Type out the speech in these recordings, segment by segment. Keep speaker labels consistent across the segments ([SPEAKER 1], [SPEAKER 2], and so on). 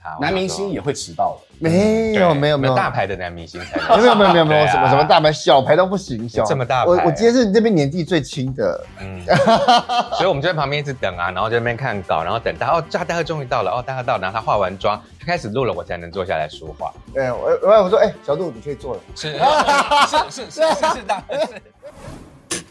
[SPEAKER 1] 他。
[SPEAKER 2] 男明星也会迟到的。
[SPEAKER 1] 我
[SPEAKER 3] 没有
[SPEAKER 1] 想说
[SPEAKER 3] 没有没有
[SPEAKER 1] 大牌的男明星才能
[SPEAKER 3] 没有没有没有没有
[SPEAKER 1] 对啊
[SPEAKER 3] 什么什么大牌，小牌都不行，小
[SPEAKER 1] 这么大牌
[SPEAKER 3] 我我今天是你这边年纪最轻的，
[SPEAKER 1] 嗯， 所以我们就在旁边一直等啊，然后在那边看稿，然后等他哦，大大哥终于到了哦，大哥到了，然后他化完妆，他开始录了，我才能坐下来说话。
[SPEAKER 3] 对我我我说哎、小杜你可以做了，
[SPEAKER 4] 是是是是是是的，是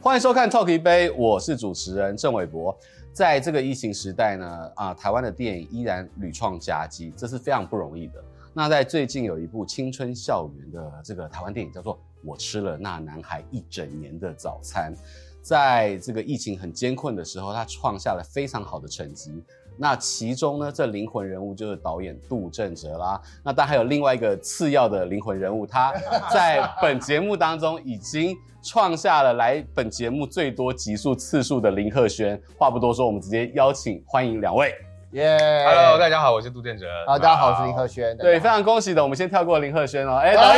[SPEAKER 2] 欢迎收看《Talk 一杯》，我是主持人郑伟博。在这个疫情时代呢，啊，台湾的电影依然屡创佳绩，这是非常不容易的。那在最近有一部青春校园的这个台湾电影，叫做《我吃了那男孩一整年的早餐》。在这个疫情很艰困的时候，他创下了非常好的成绩。那其中呢，这灵魂人物就是导演杜振哲啦。那但还有另外一个次要的灵魂人物，他在本节目当中已经创下了来本节目最多集数次数的林鹤轩。话不多说，我们直接邀请欢迎两位。
[SPEAKER 3] 耶、
[SPEAKER 1] Hello，大家好，我是杜建哲。
[SPEAKER 3] 好，啊大家好，我是林和轩，
[SPEAKER 2] 对，非常恭喜的，我们先跳过林鹤轩哦。哎，导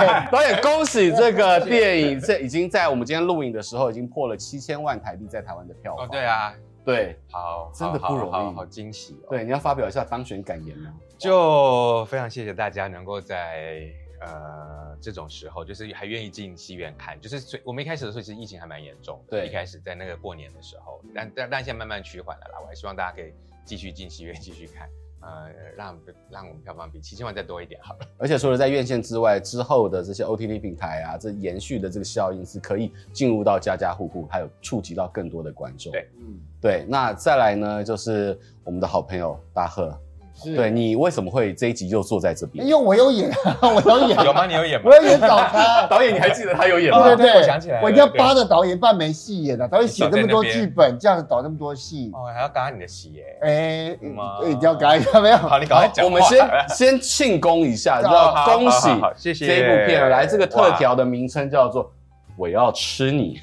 [SPEAKER 2] 演，导演，恭喜这个电影这已经在我们今天录影的时候已经破了七千万台币在台湾的票
[SPEAKER 1] 哦
[SPEAKER 2] 房。，
[SPEAKER 1] 对，啊，
[SPEAKER 2] 对
[SPEAKER 1] 好，
[SPEAKER 2] 真的不容易
[SPEAKER 1] 好好好惊喜哦。
[SPEAKER 2] 对，你要发表一下当选感言吗？
[SPEAKER 1] 就非常谢谢大家能够在呃这种时候，就是还愿意进戏院看，就是最我们一开始的时候其实疫情还蛮严重的，
[SPEAKER 2] 对
[SPEAKER 1] 一开始在那个过年的时候，但但但现在慢慢趋缓了啦，我还希望大家可以继续进戏院继续看，呃，让让我们票房比七千万再多一点好了。
[SPEAKER 2] 而且除了在院线之外，之后的这些 OTT 平台啊，这延续的这个效应是可以进入到家家户户，还有触及到更多的观众。
[SPEAKER 1] 对
[SPEAKER 3] 嗯，
[SPEAKER 2] 对，那再来呢，就是我们的好朋友大贺，
[SPEAKER 3] 是
[SPEAKER 2] 对，你为什么会这一集就坐在这
[SPEAKER 3] 哎因
[SPEAKER 2] 边？
[SPEAKER 3] 为我有演，啊 我有演，
[SPEAKER 1] 有吗？你有演吗
[SPEAKER 3] 我？有演早餐。
[SPEAKER 2] 导演，你还记得他有演
[SPEAKER 3] 对
[SPEAKER 2] 吗？
[SPEAKER 3] 对对，
[SPEAKER 1] 哦我想起来了
[SPEAKER 3] 我一定要扒着导演半没戏演的、啊导演写这么多
[SPEAKER 1] 你坐在那边
[SPEAKER 3] 剧本，这样导那么多戏，
[SPEAKER 1] 哦，还要搭你的戏耶、
[SPEAKER 3] 哎、
[SPEAKER 1] 有吗
[SPEAKER 3] 一定要改一下没有？
[SPEAKER 1] 好，你赶快
[SPEAKER 2] 好
[SPEAKER 1] 讲话。
[SPEAKER 2] 我们先先庆功一下，
[SPEAKER 3] 好
[SPEAKER 2] 要恭喜
[SPEAKER 1] 好好好谢谢
[SPEAKER 2] 这一部片来，这个特调的名称叫做“我要吃你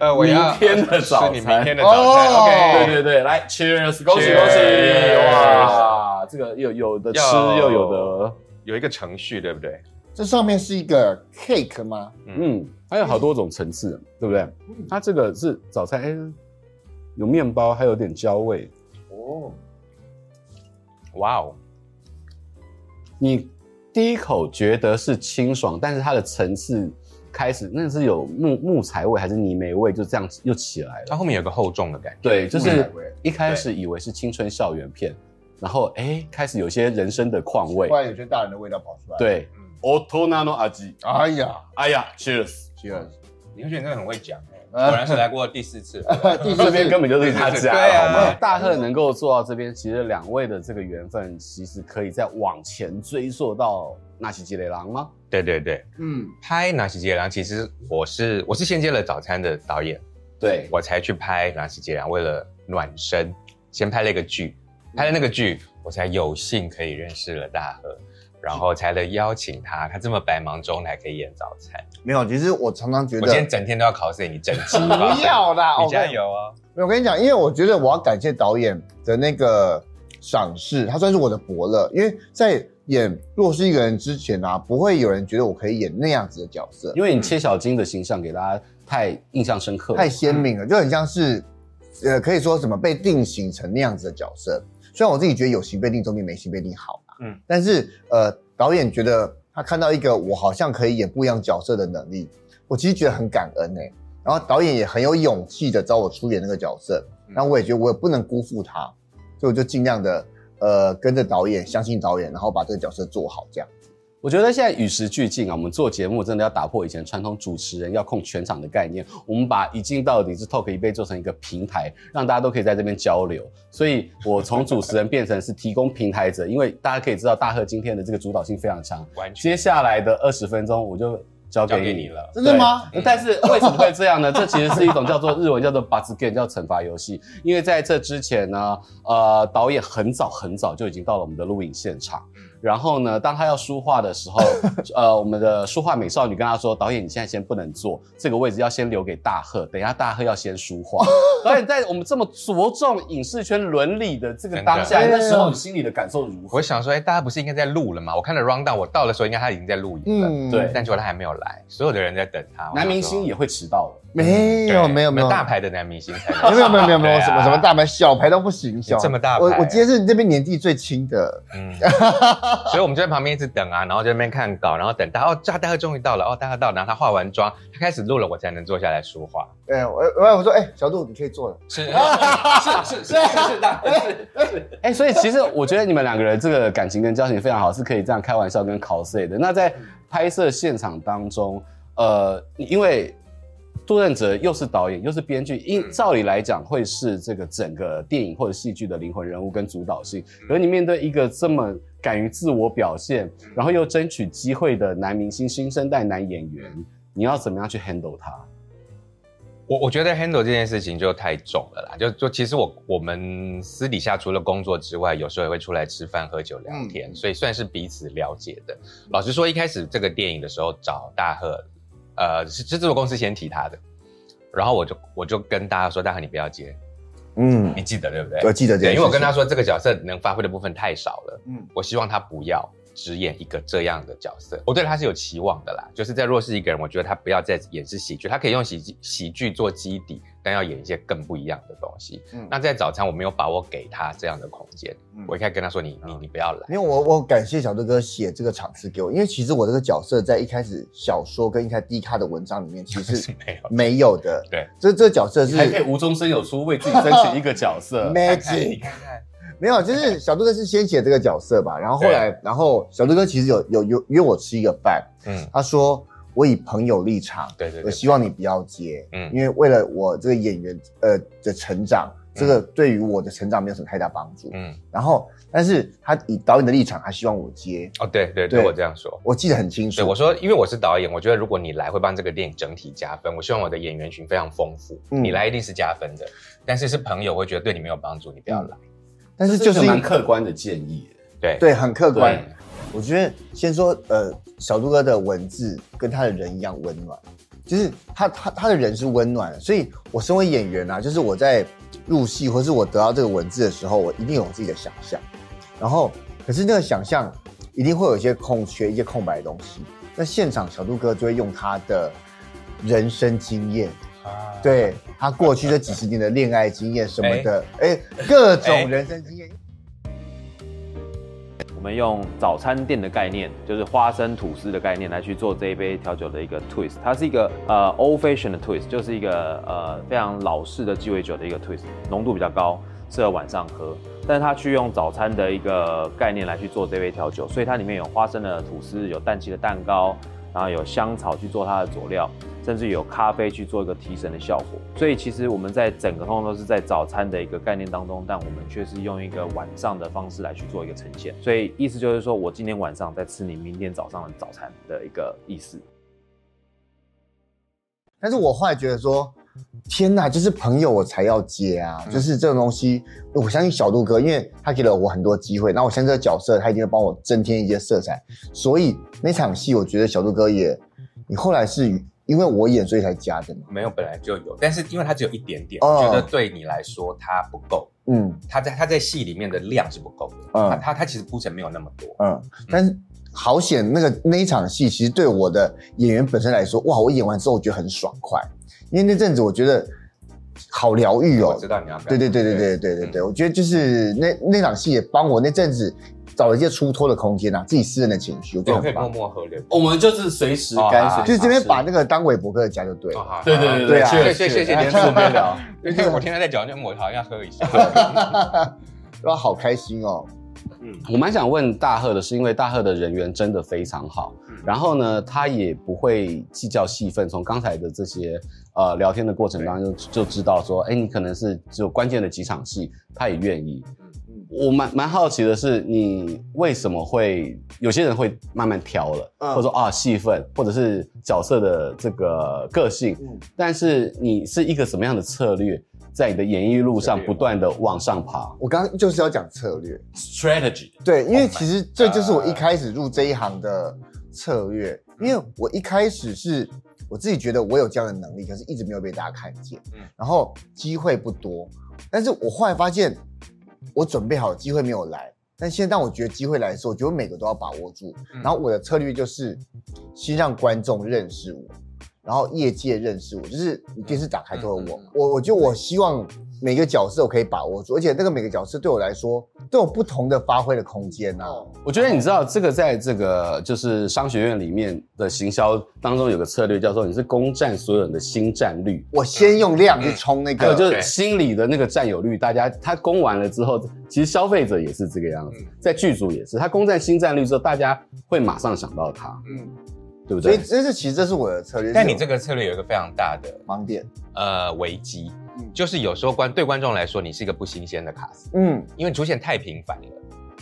[SPEAKER 1] 呃，我要
[SPEAKER 2] 明天的早餐
[SPEAKER 1] 是你明天的早餐、
[SPEAKER 3] 哦
[SPEAKER 1] o ”。
[SPEAKER 2] 对
[SPEAKER 1] k
[SPEAKER 2] 对对，来，Cheers，恭喜
[SPEAKER 1] Cheers
[SPEAKER 2] 恭喜！哇，这个又有的吃
[SPEAKER 1] 要
[SPEAKER 2] 又有的，
[SPEAKER 1] 有一个程序，对不对？
[SPEAKER 3] 这上面是一个 cake 吗？
[SPEAKER 2] 嗯，还有好多种层次，对不对？它这个是早餐，哎，有面包，还有点焦味。
[SPEAKER 3] 哦，
[SPEAKER 1] 哇哦，
[SPEAKER 2] 你第一口觉得是清爽，但是它的层次开始那是有木木材味还是泥煤味，就这样又起来了。
[SPEAKER 1] 它后面有个厚重的感觉。
[SPEAKER 2] 对，就
[SPEAKER 3] 木
[SPEAKER 2] 是
[SPEAKER 3] 乃味
[SPEAKER 2] 一开始以为是青春校园片，然后哎、开始有一些人生的况味
[SPEAKER 3] 突。然有些大人的味道跑出来。，
[SPEAKER 2] 对
[SPEAKER 1] 嗯，
[SPEAKER 2] o t o n a no aji，
[SPEAKER 3] 哎呀，
[SPEAKER 2] 哎呀，Cheers，
[SPEAKER 3] 这样子，
[SPEAKER 1] 你会觉得真的很会讲、欸
[SPEAKER 3] 啊
[SPEAKER 1] 果然是来过第四 次。
[SPEAKER 3] 第四
[SPEAKER 2] 这边根
[SPEAKER 3] 次
[SPEAKER 2] 本就是他家，
[SPEAKER 1] 对啊
[SPEAKER 2] 好吗？大贺能够做到这边，其实两位的这个缘分，其实可以再往前追溯到纳西吉雷郎吗？
[SPEAKER 1] 对对对，
[SPEAKER 3] 嗯，
[SPEAKER 1] 拍《拿西杰良》，其实我是我是先接了早餐的导演，
[SPEAKER 2] 对，
[SPEAKER 1] 我才去拍《拿西杰良》，为了暖身，先拍了一个剧，拍了那个剧，我才有幸可以认识了大河，然后才能邀请他，他这么百忙中来可以演早餐。
[SPEAKER 3] 没有，其实我常常觉
[SPEAKER 1] 我今天
[SPEAKER 3] 得。
[SPEAKER 1] 整天都要考试你，整集
[SPEAKER 3] 不要啦！
[SPEAKER 1] 你
[SPEAKER 3] 我跟
[SPEAKER 1] 加油哦！
[SPEAKER 3] 没有我跟你讲，因为我觉得我要感谢导演的那个赏识，他算是我的伯乐。因为在演《若是一个人》之前啊，不会有人觉得我可以演那样子的角色，
[SPEAKER 2] 因为你切小金的形象给大家太印象深刻了，
[SPEAKER 3] 太鲜明了，就很像是，呃，可以说什么被定型成那样子的角色。虽然我自己觉得有形被定总比没形被定好啦，
[SPEAKER 1] 嗯
[SPEAKER 3] 嗯，但是呃，导演觉得他看到一个我好像可以演不一样角色的能力，我其实觉得很感恩哎、然后导演也很有勇气的找我出演那个角色，
[SPEAKER 1] 嗯
[SPEAKER 3] 然后我也觉得我也不能辜负他，所以我就尽量的呃跟着导演，相信导演，然后把这个角色做好这样。
[SPEAKER 2] 我觉得现在与时俱进啊，我们做节目真的要打破以前传统主持人要控全场的概念，我们把一镜到底是 talk 一杯做成一个平台，让大家都可以在这边交流。所以我从主持人变成是提供平台者，因为大家可以知道大贺今天的这个主导性非常强，
[SPEAKER 1] 完全
[SPEAKER 2] 接下来的二十分钟我就交给
[SPEAKER 1] 交
[SPEAKER 2] 你
[SPEAKER 1] 给你了。
[SPEAKER 3] 真的吗？
[SPEAKER 2] 对但是为什么会这样呢？这其实是一种叫做日文叫做 “buzz game”，叫惩罚游戏。因为在这之前呢，呃，导演很早很早就已经到了我们的录影现场，然后呢，当他要梳化的时候，呃，我们的梳化美少女跟他说：“导演，你现在先不能坐，这个位置要先留给大赫，等一下大赫要先梳化。”导演在我们这么着重影视圈伦理的这个当下，
[SPEAKER 3] 真的
[SPEAKER 2] 那时候你心里的感受如何
[SPEAKER 1] 我？想说，哎、大家不是应该在录了吗？我看了 round down，我到的时候应该他已经在录影了，
[SPEAKER 3] 嗯，
[SPEAKER 2] 对
[SPEAKER 1] 但结果他还没有来，所有的人在等他。
[SPEAKER 2] 男明星
[SPEAKER 1] 也
[SPEAKER 2] 也会迟到了。
[SPEAKER 3] 没有没有没有
[SPEAKER 1] 大牌的男明星才
[SPEAKER 3] 没有没有没有没有
[SPEAKER 1] 对啊
[SPEAKER 3] 什么什么大牌小牌都不行，小
[SPEAKER 1] 这么大牌
[SPEAKER 3] 我我今天是这边年纪最轻的，
[SPEAKER 1] 嗯，所以我们就在旁边一直等啊，然后就在那边看稿，然后等他哦，大大哥终于到了，哦，大哥到了，然后他化完妆，他开始录了，我才能坐下来说话。
[SPEAKER 3] 哎，我我我说哎，小杜你可以坐了，
[SPEAKER 4] 是是是是是大是
[SPEAKER 2] 哎、所以其实我觉得你们两个人这个感情跟交情非常好，是可以这样开玩笑跟 cos 的。那在拍摄现场当中，呃，因为杜任哲又是导演又是编剧，因
[SPEAKER 1] 嗯
[SPEAKER 2] 照理来讲会是这个整个电影或者戏剧的灵魂人物跟主导性。可是你面对一个这么敢于自我表现，然后又争取机会的男明星、新生代男演员，你要怎么样去 handle 他？
[SPEAKER 1] 我我觉得 handle 这件事情就太重了啦，就就其实我我们私底下除了工作之外，有时候也会出来吃饭、喝酒、聊天，所以算是彼此了解的。老实说，一开始这个电影的时候找大赫，呃，是是制作公司先提他的，然后我就我就跟大家说，大赫你不要接，
[SPEAKER 3] 嗯
[SPEAKER 1] 你，记得对不对？
[SPEAKER 3] 我记得这件
[SPEAKER 1] 对，
[SPEAKER 3] 事情
[SPEAKER 1] 因为我跟他说这个角色能发挥的部分太少了，
[SPEAKER 3] 嗯
[SPEAKER 1] 嗯，我希望他不要只演一个这样的角色。我对他是有期望的啦，就是在弱势一个人，我觉得他不要再演是喜剧，他可以用喜剧喜剧做基底，但要演一些更不一样的东西。
[SPEAKER 3] 嗯
[SPEAKER 1] 那在早餐我没有把握给他这样的空间，
[SPEAKER 3] 嗯
[SPEAKER 1] 我一开始跟他说你你你不要来，
[SPEAKER 3] 因为我我感谢小杜哥写这个场次给我，因为其实我这个角色在一开始小说跟一开始低咖的文章里面其 实
[SPEAKER 1] 是没有。
[SPEAKER 3] 没有的，
[SPEAKER 1] 对，
[SPEAKER 3] 这这角色是
[SPEAKER 2] 还可以无中生有出为自己争取一个角 色。
[SPEAKER 3] magic，没有，就是小杜哥是先写这个角色吧，然后后来，然后小杜哥其实有有有约我吃一个饭，
[SPEAKER 1] 嗯，
[SPEAKER 3] 他说我以朋友立场，
[SPEAKER 1] 对对
[SPEAKER 3] 我
[SPEAKER 1] 对，
[SPEAKER 3] 希望你不要接，
[SPEAKER 1] 嗯
[SPEAKER 3] 因为为了我这个演员呃的成长，这个对于我的成长没有什么太大帮助。
[SPEAKER 1] 嗯，
[SPEAKER 3] 然后，但是他以导演的立场，他希望我接，
[SPEAKER 1] 哦对对
[SPEAKER 3] 对
[SPEAKER 1] 对，我这样说。
[SPEAKER 3] 我记得很清
[SPEAKER 1] 对，
[SPEAKER 3] 楚
[SPEAKER 1] 我。说，因为我是导演，我觉得如果你来会帮这个电影整体加分。我希望我的演员群非常丰富，
[SPEAKER 3] 嗯
[SPEAKER 1] 你来一定是加分的。但是是朋友，我会觉得对你没有帮助，你不要来。
[SPEAKER 3] 但
[SPEAKER 2] 这
[SPEAKER 3] 是
[SPEAKER 2] 是就
[SPEAKER 3] 就
[SPEAKER 2] 是
[SPEAKER 3] 是
[SPEAKER 2] 蛮客观的建议。
[SPEAKER 1] 对
[SPEAKER 3] 嗯对很客观
[SPEAKER 2] 对。
[SPEAKER 3] 我觉得先说呃，小杜哥的文字跟他的人一样温暖，就是他他他的人是温暖的，所以我身为演员啊，就是我在入戏或是我得到这个文字的时候，我一定有我自己的想象，然后可是那个想象一定会有一些空缺、一些空白的东西。那现场小杜哥就会用他的人生经验，
[SPEAKER 1] 啊，
[SPEAKER 3] 对他过去这几十年的恋爱经验什么的，哎、各种人生经验。
[SPEAKER 5] 我们用早餐店的概念，就是花生吐司的概念来去做这一杯调酒的一个 twist，它是一个呃 old fashion 的 twist，就是一个呃非常老式的鸡尾酒的一个 twist，浓度比较高，适合晚上喝。但是它去用早餐的一个概念来去做这杯调酒，所以它里面有花生的吐司，有蛋奇的蛋糕，然后有香草去做它的佐料，甚至有咖啡去做一个提神的效果。所以其实我们在整个通通都是在早餐的一个概念当中，但我们却是用一个晚上的方式来去做一个呈现。所以意思就是说我今天晚上在吃你明天早上的早餐的一个意思。
[SPEAKER 3] 但是我后来觉得说，天哪，就是朋友我才要接啊，
[SPEAKER 1] 嗯
[SPEAKER 3] 就是这种东西，我相信小杜哥，因为他给了我很多机会，那我现在这个角色他一定会帮我增添一些色彩，所以那场戏我觉得小杜哥也，你后来是因为我演所以才加的嘛，
[SPEAKER 1] 没有本来就有，但是因为它只有一点点，
[SPEAKER 3] 哦
[SPEAKER 1] 我觉得对你来说它不够，
[SPEAKER 3] 嗯
[SPEAKER 1] 它在它在戏里面的量是不够的。
[SPEAKER 3] 嗯
[SPEAKER 1] 它它它其实铺陈没有那么多。
[SPEAKER 3] 嗯，但是好险那个那一场戏其实对我的演员本身来说，哇，我演完之后我觉得很爽快，因为那阵子我觉得好疗愈哦
[SPEAKER 1] 我，知道你要表达
[SPEAKER 3] 对对对对对对对
[SPEAKER 1] 嗯
[SPEAKER 3] 对，我觉得就是那那场戏也帮我那阵子找了一些出脱的空间啊，自己私人的情绪，我
[SPEAKER 1] 对，
[SPEAKER 3] 觉得
[SPEAKER 1] 我可以
[SPEAKER 3] 很
[SPEAKER 1] 默
[SPEAKER 3] 棒。
[SPEAKER 1] 默河流。
[SPEAKER 2] 我们就是随时干
[SPEAKER 1] 哦
[SPEAKER 2] 随时
[SPEAKER 3] 就
[SPEAKER 2] 吃，
[SPEAKER 3] 是这边把那个当韦伯克的家就对 了，
[SPEAKER 1] 哦
[SPEAKER 2] 对对对
[SPEAKER 3] 对啊
[SPEAKER 2] 确实
[SPEAKER 1] 谢谢谢谢
[SPEAKER 2] 哎
[SPEAKER 1] 你
[SPEAKER 2] 这我没聊。
[SPEAKER 1] 对对，我听他在讲，就我好像要喝一 下。
[SPEAKER 3] 哇，好开心哦！
[SPEAKER 2] 我蛮想问大赫的是，因为大赫的人缘真的非常好，
[SPEAKER 1] 嗯
[SPEAKER 2] 然后呢，他也不会计较戏份。从刚才的这些呃聊天的过程当中就，就知道说，哎，你可能是只有关键的几场戏，他也愿意。
[SPEAKER 1] 嗯
[SPEAKER 2] 我蛮蛮好奇的是，你为什么会有些人会慢慢挑了，
[SPEAKER 3] 嗯
[SPEAKER 2] 或者说啊戏份，或者是角色的这个个性，
[SPEAKER 3] 嗯
[SPEAKER 2] 但是你是一个什么样的策略，在你的演艺路上不断的往上爬
[SPEAKER 3] 我刚刚就是要讲策略，
[SPEAKER 2] ？Strategy，
[SPEAKER 3] 对，因
[SPEAKER 2] Oh
[SPEAKER 3] 为
[SPEAKER 2] my
[SPEAKER 3] 其实这就是
[SPEAKER 1] 啊
[SPEAKER 3] 我一开始入这一行的策略，
[SPEAKER 1] 嗯
[SPEAKER 3] 因为我一开始是我自己觉得我有这样的能力，可是一直没有被大家看见，
[SPEAKER 1] 嗯
[SPEAKER 3] 然后机会不多，但是我后来发现我准备好机会没有来，但现在当我觉得机会来的时候，我觉得我每个都要把握住，
[SPEAKER 1] 嗯
[SPEAKER 3] 然后我的策略就是先让观众认识我。然后业界认识我，就是你电视打开都有我。
[SPEAKER 1] 嗯嗯嗯
[SPEAKER 3] 我我觉得我希望每个角色我可以把握住，而且那个每个角色对我来说都有不同的发挥的空间呐、
[SPEAKER 1] 哦
[SPEAKER 3] 啊。
[SPEAKER 2] 我觉得你知道这个在这个就是商学院里面的行销当中有个策略叫做你是攻占所有人的新占率。
[SPEAKER 3] 我先用量
[SPEAKER 1] 嗯
[SPEAKER 3] 去冲那
[SPEAKER 2] 还有
[SPEAKER 3] 个，
[SPEAKER 2] 就是
[SPEAKER 1] 对
[SPEAKER 2] 心理的那个占有率，大家他攻完了之后，其实消费者也是这个样子
[SPEAKER 1] 嗯，
[SPEAKER 2] 在剧组也是，他攻占新占率之后，大家会马上想到他，
[SPEAKER 1] 嗯，
[SPEAKER 2] 对不
[SPEAKER 3] 所以
[SPEAKER 2] 对？
[SPEAKER 3] 这是其实这是我的策略。
[SPEAKER 1] 但你这
[SPEAKER 3] 这
[SPEAKER 1] 个策略有一个非常大的
[SPEAKER 3] 盲点，
[SPEAKER 1] 呃危机
[SPEAKER 4] 嗯，
[SPEAKER 1] 就是有时候观对观众来说，你是一个不新鲜的卡司，
[SPEAKER 3] 嗯，
[SPEAKER 1] 因为你出现太频繁了，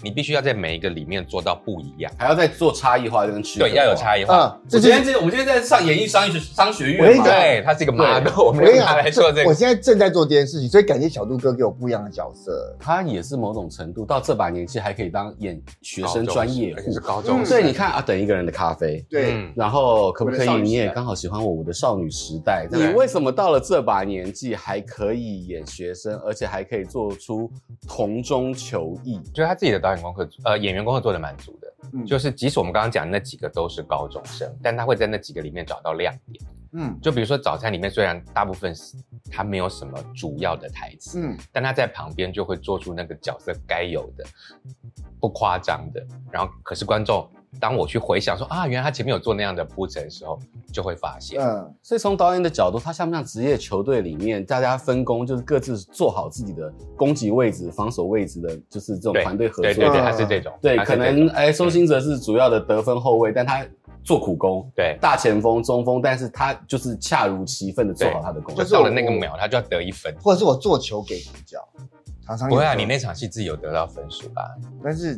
[SPEAKER 1] 你必须要在每一个里面做到不一样，
[SPEAKER 2] 还要再做差异化跟区
[SPEAKER 1] 对，要有差
[SPEAKER 2] 异。
[SPEAKER 1] 异化。
[SPEAKER 3] 啊，
[SPEAKER 2] 我
[SPEAKER 3] 这
[SPEAKER 2] 今
[SPEAKER 3] 是
[SPEAKER 2] 天这我们今天在上演艺商学商学
[SPEAKER 3] 我跟
[SPEAKER 2] 院
[SPEAKER 3] 你
[SPEAKER 2] 嘛，
[SPEAKER 3] 讲
[SPEAKER 1] 对，它是一个 model，我们
[SPEAKER 3] 我跟
[SPEAKER 1] 用
[SPEAKER 3] 你
[SPEAKER 1] 它
[SPEAKER 3] 讲
[SPEAKER 1] 来说这
[SPEAKER 3] 我
[SPEAKER 1] 个。
[SPEAKER 3] 现在正在做这件事情，所以感谢小杜哥给我不一样的角色。
[SPEAKER 2] 他也是某种程度到这把年纪还可以当演学生
[SPEAKER 1] 高中
[SPEAKER 2] 专业
[SPEAKER 1] 而且是
[SPEAKER 2] 户，
[SPEAKER 1] 高中
[SPEAKER 3] 嗯
[SPEAKER 1] 生，
[SPEAKER 2] 所以你看啊，等一个人的咖啡，
[SPEAKER 3] 对，
[SPEAKER 1] 嗯，
[SPEAKER 2] 然后可不可
[SPEAKER 4] 我的少
[SPEAKER 2] 以
[SPEAKER 4] 女时代
[SPEAKER 2] 你也刚好喜欢我我的少女时代？你
[SPEAKER 1] 对
[SPEAKER 2] 为什么到了这把年纪还可以演学生，而且还可以做出同中求异？
[SPEAKER 1] 觉得他自己的导演功课，呃，演员功课做的蛮足的。
[SPEAKER 4] 嗯
[SPEAKER 1] 就是即使我们刚刚讲的那几个都是高中生，但他会在那几个里面找到亮点。
[SPEAKER 4] 嗯
[SPEAKER 1] 就比如说早餐里面，虽然大部分是他没有什么主要的台词，
[SPEAKER 4] 嗯
[SPEAKER 1] 但他在旁边就会做出那个角色该有的，不夸张的。然后，可是观众当我去回想说啊，原来他前面有做那样的铺陈的时候，就会发现，
[SPEAKER 3] 嗯，
[SPEAKER 2] 所以从导演的角度，他像不像职业球队里面大家分工，就是各自做好自己的攻击位置、防守位置的，就是这种
[SPEAKER 1] 对
[SPEAKER 2] 团队合作。
[SPEAKER 1] 对对对，
[SPEAKER 3] 嗯
[SPEAKER 1] 他是这种，
[SPEAKER 2] 对
[SPEAKER 1] 他是
[SPEAKER 2] 可
[SPEAKER 1] 这种
[SPEAKER 2] 能哎，周兴哲是主要的得分后卫，但他做苦工，
[SPEAKER 1] 对，
[SPEAKER 2] 大前锋、中锋，但是他就是恰如其分的做好他的工
[SPEAKER 1] 就
[SPEAKER 2] 作。
[SPEAKER 1] 到了那个秒，他就要得一分。
[SPEAKER 3] 或者是我做球给主角，常常
[SPEAKER 1] 不会啊，
[SPEAKER 3] 有时
[SPEAKER 1] 你
[SPEAKER 3] 候
[SPEAKER 1] 那场戏自己有得到分数吧？
[SPEAKER 3] 但是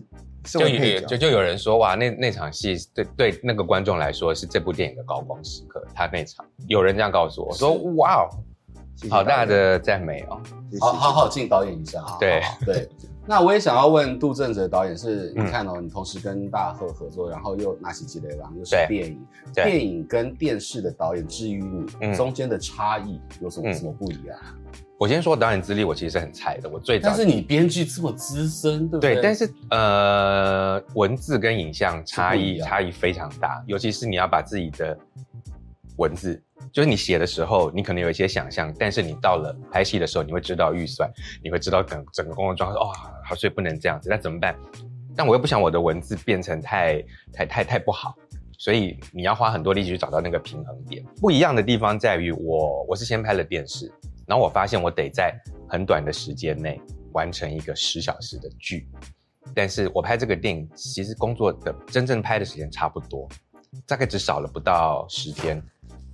[SPEAKER 3] 是
[SPEAKER 1] 就
[SPEAKER 3] 我
[SPEAKER 1] 有
[SPEAKER 3] 配角
[SPEAKER 1] 就，就有人说哇，那那场戏对对那个观众来说是这部电影的高光时刻，他那场有人这样告诉我，我说哇哦，
[SPEAKER 3] 谢谢
[SPEAKER 1] 好大
[SPEAKER 3] 大家
[SPEAKER 1] 的赞美哦，
[SPEAKER 3] 谢谢
[SPEAKER 2] 好好好敬导演一下。
[SPEAKER 1] 对
[SPEAKER 2] 对，那我也想要问杜正哲导演是，你
[SPEAKER 1] 嗯
[SPEAKER 2] 看哦，你同时跟大赫合作，然后又拿起积累郎，又是
[SPEAKER 1] 对
[SPEAKER 2] 电影，
[SPEAKER 1] 对
[SPEAKER 2] 电影跟电视的导演之于你、
[SPEAKER 1] 嗯
[SPEAKER 2] 中间的差异有什么、
[SPEAKER 1] 嗯
[SPEAKER 2] 什么不一样？
[SPEAKER 1] 我先说导演资历，我其实是很菜的，我最早
[SPEAKER 2] 但是你编剧这么资深，对不对？
[SPEAKER 1] 对，但是呃，文字跟影像差
[SPEAKER 2] 是不一
[SPEAKER 1] 异
[SPEAKER 2] 样
[SPEAKER 1] 差异非常大，尤其是你要把自己的文字，就是你写的时候，你可能有一些想象，但是你到了拍戏的时候，你会知道预算，你会知道整整个工作状况，哦，好，所以不能这样子，那怎么办？但我又不想我的文字变成太太太太不好，所以你要花很多力气去找到那个平衡点。不一样的地方在于我，我是先拍了电视，然后我发现我得在很短的时间内完成一个十小时的剧，但是我拍这个电影其实工作的真正拍的时间差不多，大概只少了不到十天，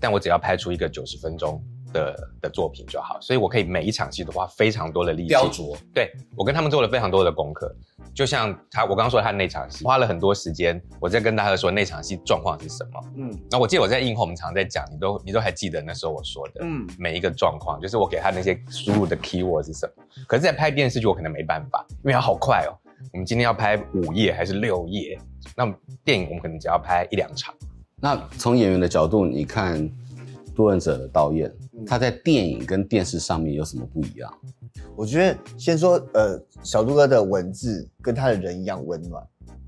[SPEAKER 1] 但我只要拍出一个九十分钟的的作品就好，所以我可以每一场戏都花非常多的力气
[SPEAKER 2] 雕琢，
[SPEAKER 1] 对我跟他们做了非常多的功课，就像他，我刚刚说他那场戏花了很多时间，我在跟大家说那场戏状况是什么。
[SPEAKER 4] 嗯
[SPEAKER 1] 那我记得我在映后，我们常在讲，你都你都还记得那时候我说的，
[SPEAKER 4] 嗯
[SPEAKER 1] 每一个状况，就是我给他那些输入的 keyword 是什么。可是，在拍电视剧我可能没办法，因为它好快哦。我们今天要拍五页还是六页？那电影我们可能只要拍一两场。
[SPEAKER 2] 那从演员的角度，你看杜汶泽的导演，
[SPEAKER 1] 嗯
[SPEAKER 2] 他在电影跟电视上面有什么不一样？
[SPEAKER 3] 我觉得先说，呃，小杜哥的文字跟他的人一样温暖，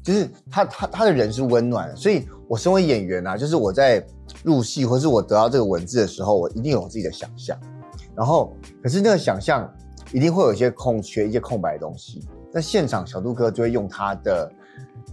[SPEAKER 3] 就是他他他的人是温暖的，所以我身为演员啊，就是我在入戏或是我得到这个文字的时候，我一定有自己的想象，然后可是那个想象一定会有一些空缺、一些空白的东西。那现场小杜哥就会用他的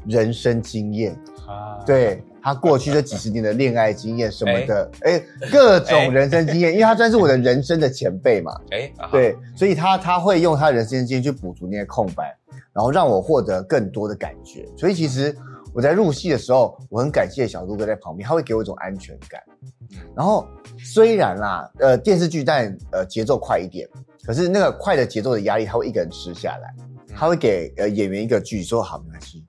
[SPEAKER 3] 人生经验，
[SPEAKER 1] 啊，
[SPEAKER 3] 对他过去这几十年的恋爱经验什么的，哎、各种人生经验，因为他算是我的人生的前辈嘛，
[SPEAKER 1] 哎，啊哈，
[SPEAKER 3] 对，所以他他会用他人生经验去补足那些空白，然后让我获得更多的感觉。所以其实我在入戏的时候，我很感谢小杜哥在旁边，他会给我一种安全感。
[SPEAKER 1] 嗯
[SPEAKER 3] 然后虽然啦，呃，电视剧但呃节奏快一点，可是那个快的节奏的压力，他会一个人吃下来，
[SPEAKER 1] 嗯
[SPEAKER 3] 他会给呃演员一个距离，说好没关系，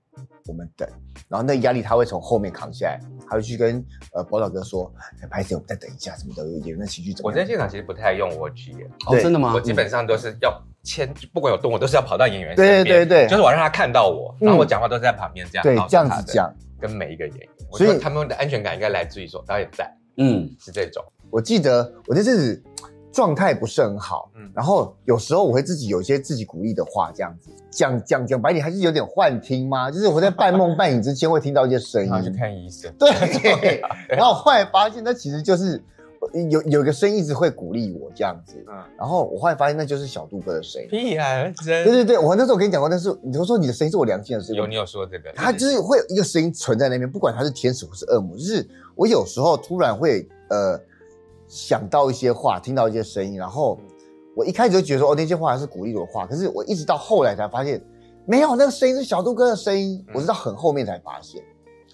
[SPEAKER 3] 我们等。然后那个压力他会从后面扛下来，还会去跟呃宝岛哥说，哎，拍摄我们再等一下什么的，有有那情绪怎么
[SPEAKER 1] 我
[SPEAKER 3] 样？
[SPEAKER 1] 在现场其实不太用我举眼，
[SPEAKER 2] 哦，真的吗？
[SPEAKER 1] 我基本上都是要牵，不管有动，我都是要跑到演员身边，
[SPEAKER 3] 对对对
[SPEAKER 1] 就是我让他看到我，
[SPEAKER 3] 嗯
[SPEAKER 1] 然后我讲话都是在旁边这样，
[SPEAKER 3] 对
[SPEAKER 1] 抱着
[SPEAKER 3] 这样
[SPEAKER 1] 他
[SPEAKER 3] 子
[SPEAKER 1] 的
[SPEAKER 3] 讲，
[SPEAKER 1] 跟每一个演员，我
[SPEAKER 3] 所以
[SPEAKER 1] 觉得他们的安全感应该来自于说导演在，
[SPEAKER 2] 嗯，
[SPEAKER 1] 是这种，
[SPEAKER 3] 我记得我那阵子状态不是很好，
[SPEAKER 1] 嗯
[SPEAKER 3] 然后有时候我会自己有一些自己鼓励的话，这样子讲讲讲白点，还是有点幻听吗？就是我在半梦半醒之间会听到一些 声
[SPEAKER 1] 然啊后去
[SPEAKER 3] 音，
[SPEAKER 1] 看医生，
[SPEAKER 3] 对， 然后后来发现那其实就是有有一个声音一直会鼓励我这样子，
[SPEAKER 1] 嗯
[SPEAKER 3] 然后我后来发现那就是小杜哥的声音。
[SPEAKER 1] 屁啊，真
[SPEAKER 3] 对对对，我那时候跟你讲过，那是你就说你的声音是我良心的声音，
[SPEAKER 1] 有你有说这个，
[SPEAKER 3] 他就是会有一个声音存在那边，不管他是天使或是恶魔，就是我有时候突然会呃想到一些话，听到一些声音，然后
[SPEAKER 2] 嗯
[SPEAKER 3] 我一开始就觉得说哦那些话是鼓励我的话，可是我一直到后来才发现，没有那个声音是小杜哥的声音，
[SPEAKER 1] 嗯
[SPEAKER 3] 我是到很后面才发现，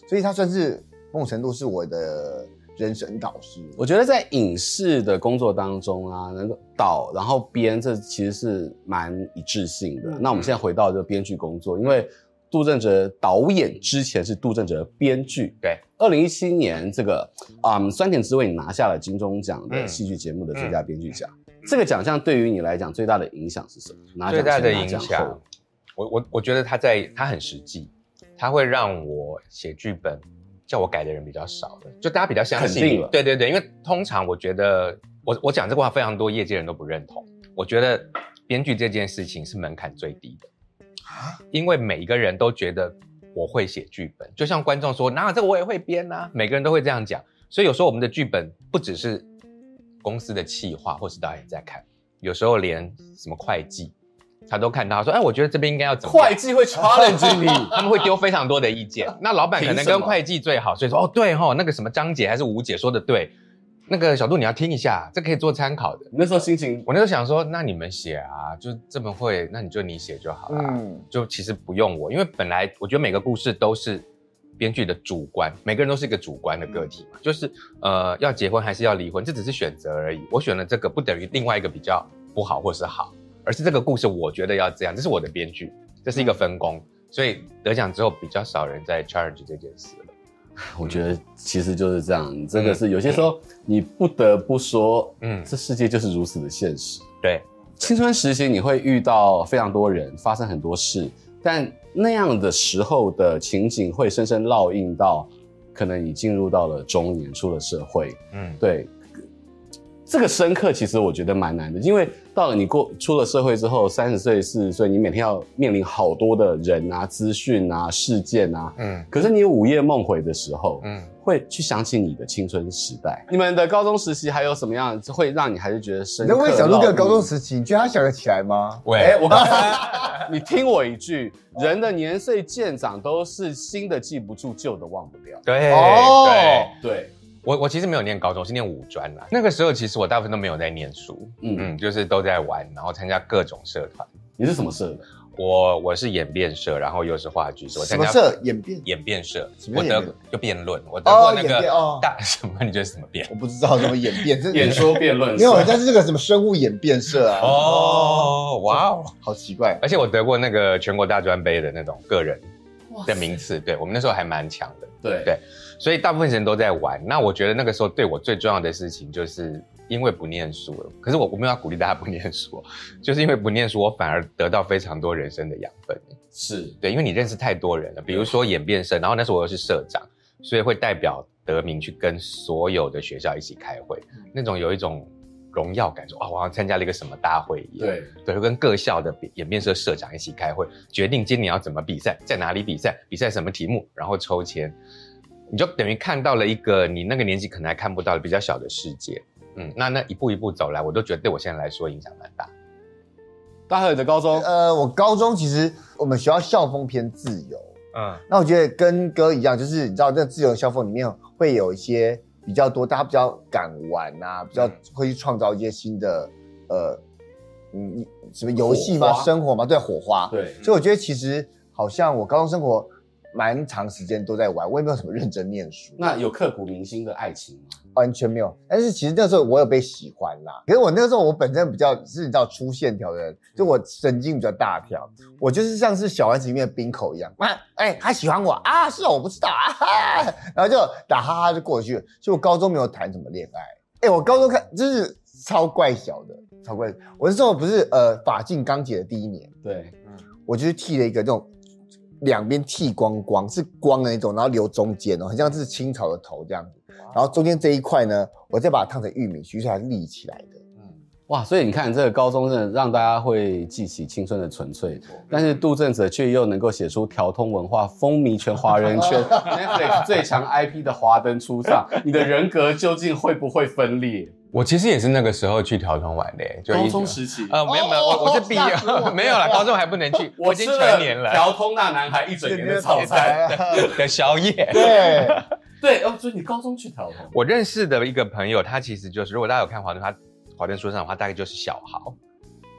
[SPEAKER 3] 所以他算是某种程度是我的人生导师。
[SPEAKER 2] 我觉得在影视的工作当中啊，能够导然后编，这其实是蛮一致性
[SPEAKER 1] 嗯
[SPEAKER 2] 的。那我们现在回到这个编剧工作，因为杜正哲导演之前是杜正哲编剧，
[SPEAKER 1] 对。
[SPEAKER 2] 二零一七年这个嗯《酸甜滋味》你拿下了金钟奖的
[SPEAKER 1] 嗯
[SPEAKER 2] 戏剧节目的最佳编剧奖，这个奖项对于你来讲最大的影响是什么？拿奖
[SPEAKER 1] 最大的
[SPEAKER 2] 前拿
[SPEAKER 1] 影
[SPEAKER 2] 奖
[SPEAKER 1] 响
[SPEAKER 2] 后，
[SPEAKER 1] 我我我觉得他在他很实际，他会让我写剧本，叫我改的人比较少了，就大家比较相
[SPEAKER 2] 肯
[SPEAKER 1] 信
[SPEAKER 2] 定了
[SPEAKER 1] 对对对，因为通常我觉得我我讲这个话，非常多业界人都不认同。我觉得编剧这件事情是门槛最低的，因为每一个人都觉得我会写剧本，就像观众说，那这个我也会编呐、每个人都会这样讲。所以有时候我们的剧本不只是公司的企划或是导演在看，有时候连什么会计他都看到，他说：“哎，我觉得这边应该要怎么样
[SPEAKER 2] 会计会 challenge 你，
[SPEAKER 1] 他们会丢非常多的意见。那老板可能
[SPEAKER 2] 凭什
[SPEAKER 1] 跟
[SPEAKER 2] 么
[SPEAKER 1] 会计最好，所以说哦对吼、那个什么张姐还是吴姐说的对，那个小杜你要听一下，这可以做参考的。
[SPEAKER 2] 你 那时候心情
[SPEAKER 1] 我那时候想说，那你们写啊，就这么会，那你就你写就好了、
[SPEAKER 3] 嗯，
[SPEAKER 1] 就其实不用我，因为本来我觉得每个故事都是编剧的主观，每个人都是一个主观的个体嘛，就是呃要结婚还是要离婚，这只是选择而已。我选了这个，不等于另外一个比较不好或是好，而是这个故事我觉得要这样，这是我的编剧，这是一个分工。所以得奖之后比较少人在 challenge 这件事了。
[SPEAKER 2] 我觉得其实就是这样，真的是有些时候你不得不说，
[SPEAKER 1] 嗯
[SPEAKER 2] 嗯，这世界就是如此的现实。
[SPEAKER 1] 对，
[SPEAKER 2] 青春时期你会遇到非常多人，发生很多事，但那样的时候的情景会深深烙印到，可能你进入到了中年，出了社会，
[SPEAKER 1] 嗯，
[SPEAKER 2] 对，这个深刻其实我觉得蛮难的，因为到了你过出了社会之后，三十岁、四十岁，你每天要面临好多的人啊、资讯啊、事件啊，
[SPEAKER 1] 嗯
[SPEAKER 2] 可是你有午夜梦回的时候，
[SPEAKER 1] 嗯，
[SPEAKER 2] 会去想起你的青春时代。你们的高中时期还有什么样会让你还是觉得深
[SPEAKER 3] 你
[SPEAKER 2] 刻
[SPEAKER 3] 在
[SPEAKER 2] 烙印？
[SPEAKER 3] 问小杜哥高中时期，你觉得他想得起来吗？
[SPEAKER 1] 喂，
[SPEAKER 2] 哎，我刚才 你听我一句，人的年岁渐长都是新的记不住，旧的忘不掉。
[SPEAKER 1] 对
[SPEAKER 3] 哦
[SPEAKER 1] 对。
[SPEAKER 2] 对，
[SPEAKER 1] 我我其实没有念高中，是念五专啦。那个时候其实我大部分都没有在念书，嗯
[SPEAKER 2] 嗯
[SPEAKER 1] 就是都在玩，然后参加各种社团。
[SPEAKER 2] 你是什么社的？
[SPEAKER 1] 我我是演辩社，然后又是话剧社，我
[SPEAKER 3] 什
[SPEAKER 1] 参
[SPEAKER 3] 么
[SPEAKER 1] 加
[SPEAKER 3] 社演变？
[SPEAKER 1] 演辩社，
[SPEAKER 3] 什
[SPEAKER 1] 我
[SPEAKER 3] 么叫演
[SPEAKER 1] 得
[SPEAKER 3] 辩
[SPEAKER 1] 就辩论，我得过那
[SPEAKER 3] 演
[SPEAKER 1] 个
[SPEAKER 3] 辩哦
[SPEAKER 1] 大、 什么？你觉得什么辩？
[SPEAKER 3] 我不知道什么演变，这
[SPEAKER 2] 演说辩论
[SPEAKER 3] 没有，
[SPEAKER 2] 社。
[SPEAKER 3] 但是这个什么生物演变社啊，
[SPEAKER 1] 哦，哇哦！
[SPEAKER 3] 好奇怪。
[SPEAKER 1] 而且我得过那个全国大专杯的那种个人的名次，对我们那时候还蛮强的。
[SPEAKER 2] 对
[SPEAKER 1] 对所以大部分时间都在玩。那我觉得那个时候对我最重要的事情，就是因为不念书了。可是我我没有要鼓励大家不念书哦，就是因为不念书，我反而得到非常多人生的养分。
[SPEAKER 2] 是
[SPEAKER 1] 对，因为你认识太多人了，比如说演变社，然后那时候我又是社长，所以会代表德明去跟所有的学校一起开会，
[SPEAKER 2] 嗯
[SPEAKER 1] 那种有一种荣耀感，说哦，我好像参加了一个什么大会一样。
[SPEAKER 2] 对，
[SPEAKER 1] 对，会跟各校的演变社社长一起开会，决定今年要怎么比赛，在哪里比赛，比赛什么题目，然后抽签，你就等于看到了一个你那个年纪可能还看不到的比较小的世界。嗯，那那一步一步走来，我都觉得对我现在来说影响蛮大。
[SPEAKER 2] 大和你的高中
[SPEAKER 3] 呃，我高中其实我们学校校风偏自由，
[SPEAKER 1] 嗯
[SPEAKER 3] 那我觉得跟歌一样，就是你知道，这自由校风里面会有一些比较多，大家比较敢玩啊，比较会去创造一些新的呃，嗯，什么游戏吗？
[SPEAKER 2] 火花
[SPEAKER 3] 生活吗？对，火花。
[SPEAKER 2] 对
[SPEAKER 3] 所以我觉得其实好像我高中生活蛮长时间都在玩，我也没有什么认真念书，
[SPEAKER 2] 那有刻骨铭心的爱情吗？
[SPEAKER 3] 完全没有。但是其实那时候我有被喜欢啦，可是我那个时候我本身比较是你知道粗线条的人，就我神经比较大条，我就是像是小丸子里面的冰口一样，啊，哎、他喜欢我啊，是哦，我不知道啊，哈哈然后就打哈哈就过去了。所以我高中没有谈什么恋爱，哎、我高中看就是超怪小的，超怪。我那时候不是呃法进钢铁的第一年。
[SPEAKER 2] 对，
[SPEAKER 3] 我就是剃了一个那种两边剃光光，是光的那种，然后留中间哦，很像是清朝的头这样子。然后中间这一块呢，我再把它烫成玉米须，所以它是立起来的。
[SPEAKER 2] 哇，所以你看，这个高中真的让大家会记起青春的纯粹，但是杜正哲却又能够写出调通文化风靡全华人 圈，Netflix 最强 IP 的《华灯初上》，你的人格究竟会不会分裂？
[SPEAKER 1] 我其实也是那个时候去调通玩的耶，就一九
[SPEAKER 2] 时期
[SPEAKER 1] 呃没有没有，我我是毕
[SPEAKER 3] 吓死我
[SPEAKER 1] 业 没有啦，高中还不能去，
[SPEAKER 2] 我
[SPEAKER 1] 已经
[SPEAKER 2] 吃
[SPEAKER 1] 成
[SPEAKER 2] 了
[SPEAKER 1] 年了。
[SPEAKER 2] 调通那男孩一整年的早 餐。
[SPEAKER 3] 对
[SPEAKER 1] 的宵夜，
[SPEAKER 3] 对，
[SPEAKER 2] 对，哦，所以你高中去调通，
[SPEAKER 1] 我认识的一个朋友，他其实就是，如果大家有看华灯，他华灯书上的话，大概就是小豪，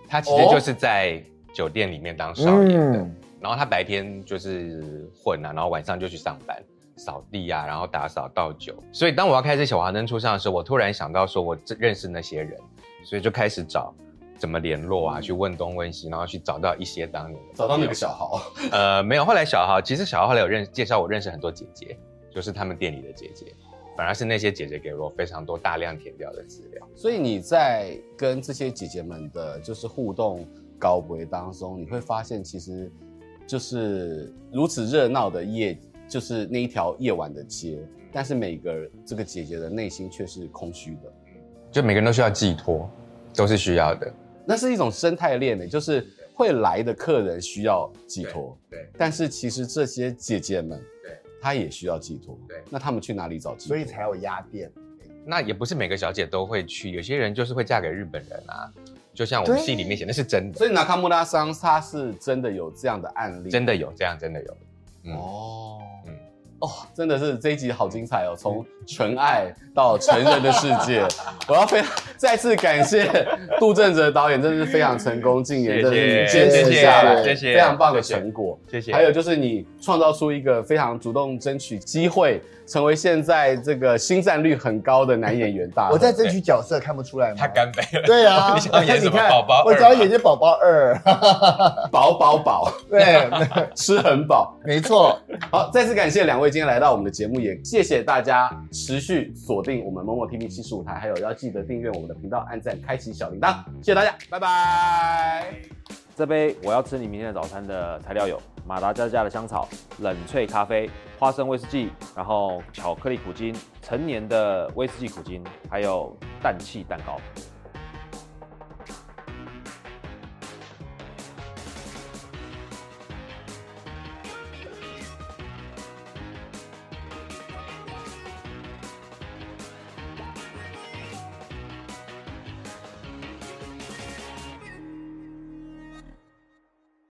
[SPEAKER 1] 他其实
[SPEAKER 2] 哦
[SPEAKER 1] 就是在酒店里面当少爷的，
[SPEAKER 3] 嗯，
[SPEAKER 1] 然后他白天就是混啊，然后晚上就去上班。扫地啊，然后打扫倒酒。所以当我要开始小华灯初上的时候，我突然想到说，我这认识那些人，所以就开始找怎么联络啊，去问东问西，然后去找到一些当年的
[SPEAKER 2] 找到那个小豪，
[SPEAKER 1] 呃，没有。后来小豪，其实小豪后来有认介绍我认识很多姐姐，就是他们店里的姐姐，反而是那些姐姐给了我非常多大量填掉的资料。
[SPEAKER 2] 所以你在跟这些姐姐们的就是互动高维当中，你会发现其实就是如此热闹的夜，就是那一条夜晚的街，但是每个这个姐姐的内心却是空虚的。
[SPEAKER 1] 就每个人都需要寄托，都是需要的。
[SPEAKER 2] 那是一种生态链的，就是会来的客人需要寄托，
[SPEAKER 1] 对对
[SPEAKER 2] 但是其实这些姐姐们，
[SPEAKER 1] 对，
[SPEAKER 2] 她也需要寄托，
[SPEAKER 1] 对
[SPEAKER 2] 那他们去哪里找寄托？
[SPEAKER 3] 所以才有压店。
[SPEAKER 1] 那也不是每个小姐都会去，有些人就是会嫁给日本人啊，就像我们
[SPEAKER 3] 对
[SPEAKER 1] 戏里面写，那是真的，
[SPEAKER 2] 所以纳卡穆拉桑他是真的有这样的案例，
[SPEAKER 1] 真
[SPEAKER 2] 的、
[SPEAKER 1] 的有这样，真的有。嗯
[SPEAKER 2] 哦。
[SPEAKER 1] 嗯
[SPEAKER 2] 哦，真的是这一集好精彩哦！ 从纯爱到成人的世界， 我要非再次感谢杜正哲导演，真的是非常成功，敬言
[SPEAKER 1] 谢
[SPEAKER 2] 真的是
[SPEAKER 1] 谢
[SPEAKER 2] 坚持下来，
[SPEAKER 1] 谢谢谢谢
[SPEAKER 2] 非常棒的
[SPEAKER 1] 谢谢
[SPEAKER 2] 成果。
[SPEAKER 1] 谢谢。
[SPEAKER 2] 还有就是你创造出一个非常主动争取机会，成为现在这个新战率很高的男演员大亨。
[SPEAKER 3] 啊我在争取角色，看不出来吗？
[SPEAKER 1] 他干杯了，
[SPEAKER 3] 对 啊，
[SPEAKER 1] 你想要演什么
[SPEAKER 3] 你看
[SPEAKER 1] 宝宝二吗
[SPEAKER 3] 我想要演些宝宝二。
[SPEAKER 2] 饱饱饱，
[SPEAKER 3] 对，
[SPEAKER 2] 吃很饱。
[SPEAKER 3] 没错。
[SPEAKER 2] 好，再次感谢两位今天来到我们的节目，也谢谢大家持续锁定我们某某 TV 七十五台，还有要记得订阅我们的频道、按赞、开启小铃铛，谢谢大家，拜拜。
[SPEAKER 5] 这杯我要吃你明天的早餐的材料有马达加加的香草、冷萃咖啡、花生威士忌，然后巧克力苦精、成年的威士忌苦精，还有氮气蛋糕。